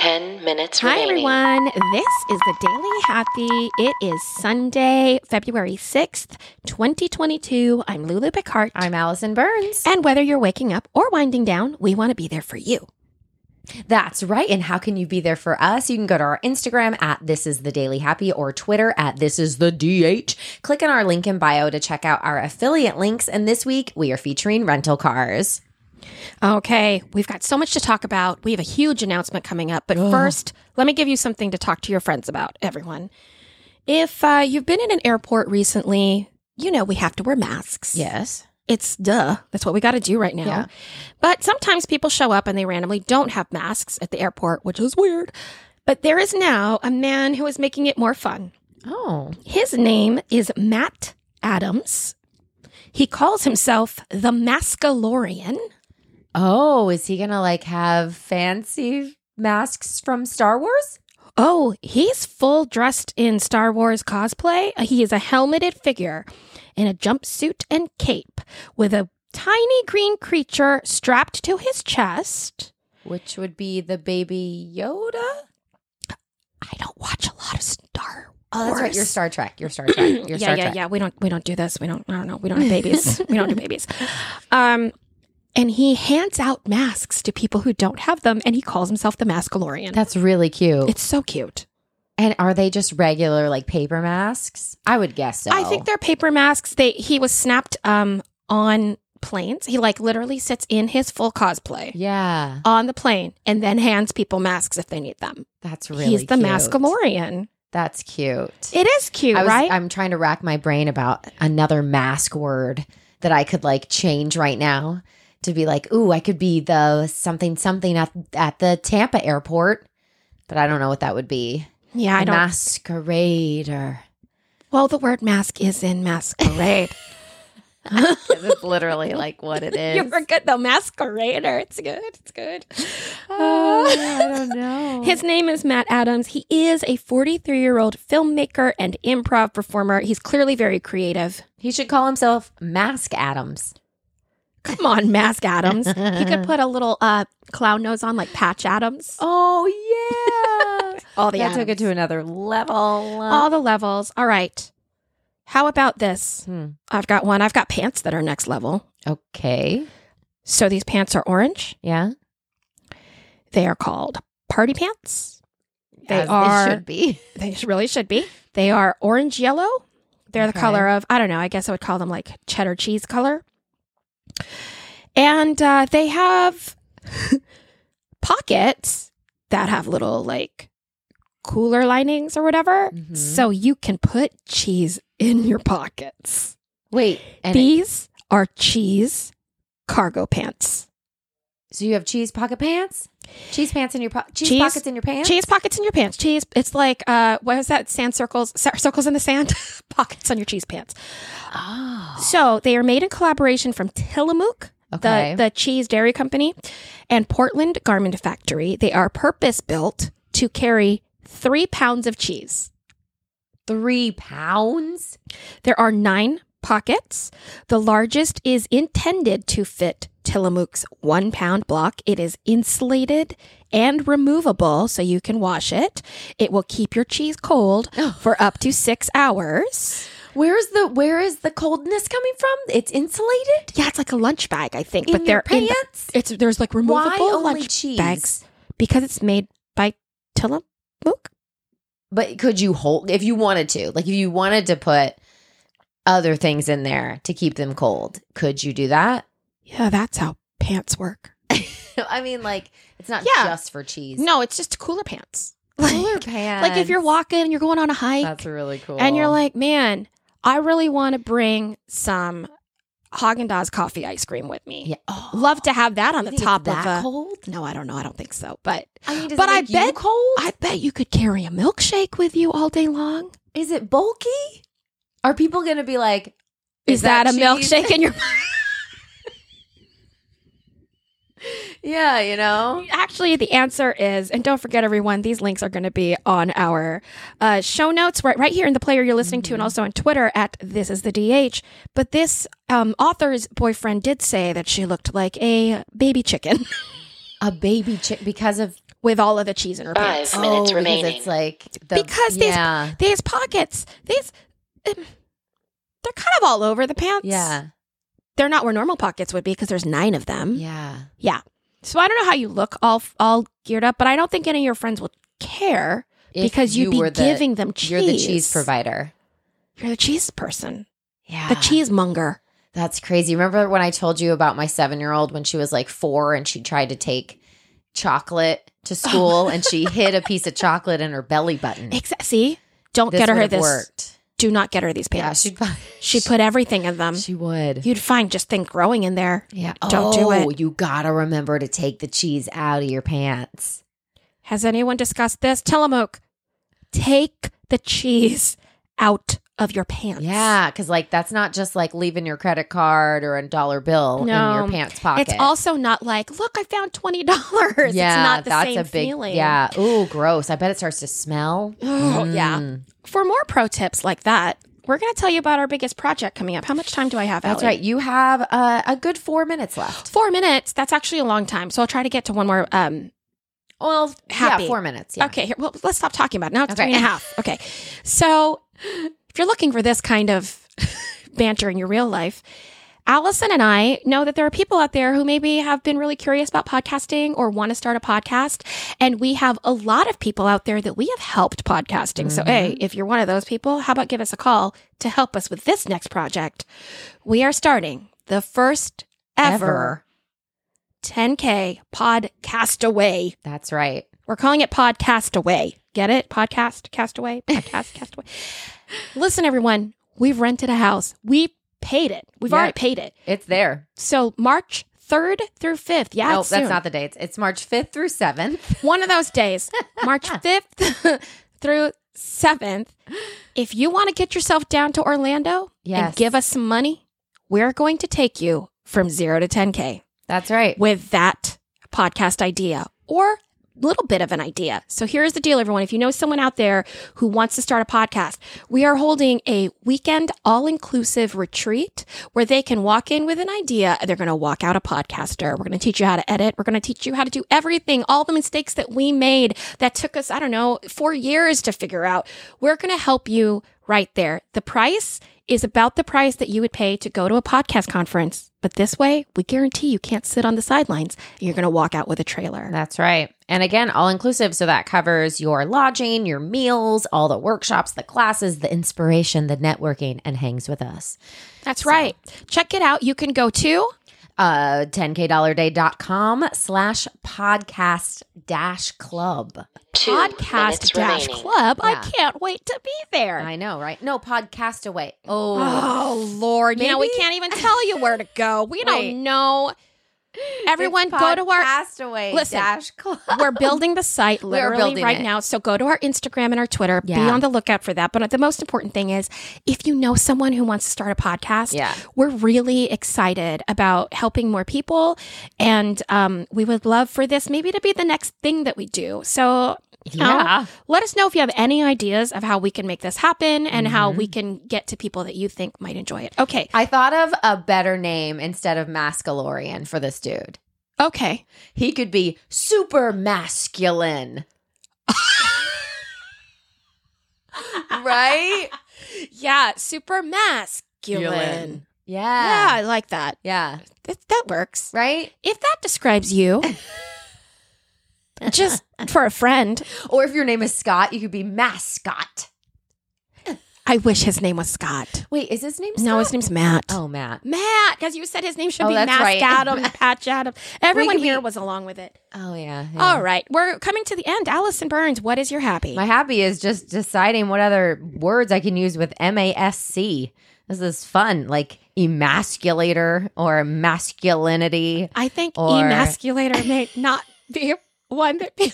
10 minutes Hi, remaining. everyone. This is the Daily Happy. It is Sunday, February 6th, 2022. I'm Lulu Picard. I'm Allison Burns. and whether you're waking up or winding down, we want to be there for you. That's right. And how can you be there for us? You can go to our Instagram at This Is The Daily Happy or Twitter at This Is The DH. Click on our link in bio to check out our affiliate links. And this week we are featuring rental cars. Okay, we've got so much to talk about. We have a huge announcement coming up. But first, let me give you something to talk to your friends about, everyone. If uh, you've been in an airport recently, you know we have to wear masks. Yes. it's duh. That's what we got to do right now. Yeah. But sometimes people show up and they randomly don't have masks at the airport, which is weird. But there is now a man who is making it more fun. Oh. His name is Matt Adams. He calls himself the Mascalorian. Oh, is he going to like have fancy masks from Star Wars? Oh, he's full dressed in Star Wars cosplay. He is a helmeted figure in a jumpsuit and cape with a tiny green creature strapped to his chest. Which would be the baby Yoda? I don't watch a lot of Star. Oh, that's right. Wars. Your Star Trek. Your Star Trek. Your yeah, Star yeah, Trek. yeah. We don't, we don't do this. We don't. I don't know. We don't have babies. we don't do babies. Um, and he hands out masks to people who don't have them, and he calls himself the Mascalorian. That's really cute. it's so cute. and are they just regular like paper masks? I would guess so. I think they're paper masks. They he was snapped um on planes. He like literally sits in his full cosplay Yeah, on the plane and then hands people masks if they need them. that's really He's the cute. Mascalorian. That's cute. It is cute, I was, right? I'm trying to rack my brain about another mask word that I could like change right now to be like, ooh, I could be the something something at at the Tampa airport, but I don't know what that would be. yeah, I The don't. masquerader. well, the word mask is in masquerade. 'Cause it's literally like what it is. You were good though, masquerader. It's good. It's good. Oh, I don't know. His name is Matt Adams. He is a 43 year old filmmaker and improv performer. He's clearly very creative. he should call himself Mask Adams. Come on, Mask Adams. he could put a little uh, clown nose on, like Patch Adams. Oh yeah. All the Oh, that took it Adams. to another level. all the levels. All right. How about this? Hmm. I've got one. I've got pants that are next level. Okay. So these pants are orange. Yeah. They are called party pants. They As are They should be. They sh- really should be. They are orange yellow. They're the Okay. color of, I don't know, I guess I would call them like cheddar cheese color. And uh, they have pockets that have little like cooler linings or whatever. Mhm. So you can put cheese in your pockets. Wait. And These are cheese cargo pants. so you have cheese pocket pants, cheese pants in your po- cheese, Cheese- pockets in your pants. Cheese pockets in your pants. Cheese. It's like uh, what is that? Sand circles, cir- circles in the sand. pockets on your cheese pants. Oh. So they are made in collaboration from Tillamook, Okay. the, the cheese dairy company, and Portland Garment Factory. They are purpose built to carry three pounds of cheese. Three pounds. There are nine pockets. The largest is intended to fit Tillamook's one pound block. It is insulated and removable, so you can wash it. It will keep your cheese cold for up to six hours. Where is the where is the coldness coming from? It's insulated. Yeah, it's like a lunch bag, I think, In but they're your in the- pants? it's there's like removable Why only lunch cheese? bags because it's made by Tillamook. But could you hold if you wanted to? Like if you wanted to put other things in there to keep them cold, could you do that? Yeah, that's how pants work. I mean, like it's not Yeah. just for cheese. No, it's just cooler pants. Like, cooler pants. like if you're walking and you're going on a hike that's really cool. and you're like, man, I really want to bring some Haagen Dazs coffee ice cream with me. yeah. oh, Love to have that on you the think it's top that of a. cold. No, I don't know. I don't think so. But I mean, does But it I make you bet- cold. I bet you could carry a milkshake with you all day long. Is it bulky? Are people going to be like, Is, that, a cheese? milkshake in your? Yeah, you know. Actually, the answer is, and don't forget, everyone, these links are going to be on our uh, show notes right, right here in the player you're listening to, and Mm-hmm. also on Twitter at This Is the DH. But this um, author's boyfriend did say that she looked like a baby chicken. a baby chick because of oh, with all of the cheese in her Five pants. minutes because remaining. It's like the, Because these- yeah, These pockets, these, um, they're kind of all over the pants. yeah, They're not where normal pockets would be because there's nine of them. yeah. So I don't know how you look all all geared up, but I don't think any of your friends will care If because you'd you be were the- giving them cheese. You're the cheese provider. You're the cheese person, Yeah, the cheesemonger. That's crazy. Remember when I told you about my seven year old when she was like four and she tried to take chocolate to school and she hid a piece of chocolate in her belly button. Exa- see, don't This get her would've this. Worked. Do not get her these Yeah, pants. she'd she'd put everything in them. she would. You'd find just think growing in there yeah, don't do Oh, it. You gotta remember to take the cheese out of your pants. Has anyone discussed this? Tillamook, take the cheese out of your pants. Yeah, because like that's not just like leaving your credit card or a dollar bill No. in your pants pocket. It's also not like, look, I found twenty dollars. it's not the same feeling. Yeah. Ooh, gross. I bet it starts to smell. Oh, yeah. Mm. For more pro tips like that, we're going to tell you about our biggest project coming up. How much time do I have? That's Allie? right. You have uh, a good four minutes left. Four minutes. That's actually a long time. So I'll try to get to one more. Um, Well, Happy. yeah, four minutes. Yeah. Okay, here. Well, let's stop talking about it. Now it's Okay. three and a half. Okay. So if you're looking for this kind of banter in your real life, Allison and I know that there are people out there who maybe have been really curious about podcasting or want to start a podcast. And we have a lot of people out there that we have helped podcasting. So, Mm-hmm. hey, if you're one of those people, how about give us a call to help us with this next project? We are starting the first ever, Ever. 10K podcast away. That's right. We're calling it Podcast Away. Get it? Podcast, Castaway, Podcast, Castaway. Listen, everyone, we've rented a house. We paid it. We've Yeah. already paid it. It's there. So March 3rd through 5th. Yeah, no, it's that's soon. not the dates. It's March 5th through 7th. One of those days, March 5th through 7th. If you want to get yourself down to Orlando Yes. and give us some money, we're going to take you from zero to 10K That's right. with that podcast idea or a little bit of an idea. So here's the deal, everyone. If you know someone out there who wants to start a podcast, we are holding a weekend all inclusive retreat where they can walk in with an idea. They're going to walk out a podcaster. We're going to teach you how to edit. We're going to teach you how to do everything, all the mistakes that we made that took us, I don't know, four years to figure out. We're going to help you right there. The price is about the price that you would pay to go to a podcast conference. But this way, we guarantee you can't sit on the sidelines. You're going to walk out with a trailer. That's right. And again, all inclusive. So that covers your lodging, your meals, all the workshops, the classes, the inspiration, the networking, and hangs with us. That's right. Check it out. You can go to Uh, 10kdollarday.com slash podcast dash club. Two podcast minutes dash remaining. club. I Yeah. can't wait to be there. I know, right? No, podcast away. Oh, oh, Lord. Now we Maybe- can't even tell you where to go. We Wait. don't know. Everyone, go to our podcast away Listen. dash club. we're building the site We are literally building right it. now. So go to our Instagram and our Twitter. Be Yeah. on the lookout for that. But the most important thing is if you know someone who wants to start a podcast, Yeah. we're really excited about helping more people. And um, we would love for this maybe to be the next thing that we do. So you know, Yeah. let us know if you have any ideas of how we can make this happen and how Mm-hmm. we can get to people that you think might enjoy it. Okay. I thought of a better name instead of Mascalorian for this dude. Okay. He could be super masculine. right? Yeah. Super masculine. Masculine. Yeah, Yeah. I like that. Yeah. That that works. Right? if that describes you, just for a friend, Or if your name is Scott, you could be Mascot. I wish his name was Scott. Wait, is his name Scott? No, his name's Matt. Oh, Matt. Matt, because you said his name should Oh, be that's Mask right. Adam, Patch Adam. Everyone could here be- was along with it. Oh, yeah. yeah. All right, we're coming to the end. Allison Burns, what is your happy? My happy is just deciding what other words I can use with M A S C. This is fun, like emasculator or masculinity. I think Or- emasculator may not be one that be.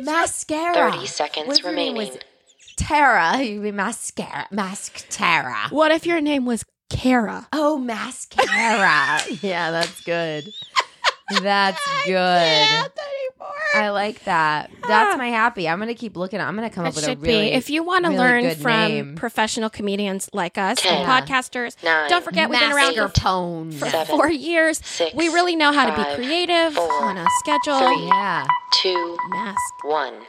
Mascara. 30 seconds What if your name remaining. was Tara. You'd be mascara. Mask Tara. what if your name was Kara? Oh, mascara. yeah, that's good. That's good. anymore. I like that. That's my happy. I'm gonna keep looking. I'm gonna come It up with a should really. be. If you want to really learn good from name. professional comedians like us Ten, and podcasters, nine, don't forget we've been around your for tone. for Seven, four years. six, we really know how to be five, creative four, on a schedule. three. yeah. two, Mask. one.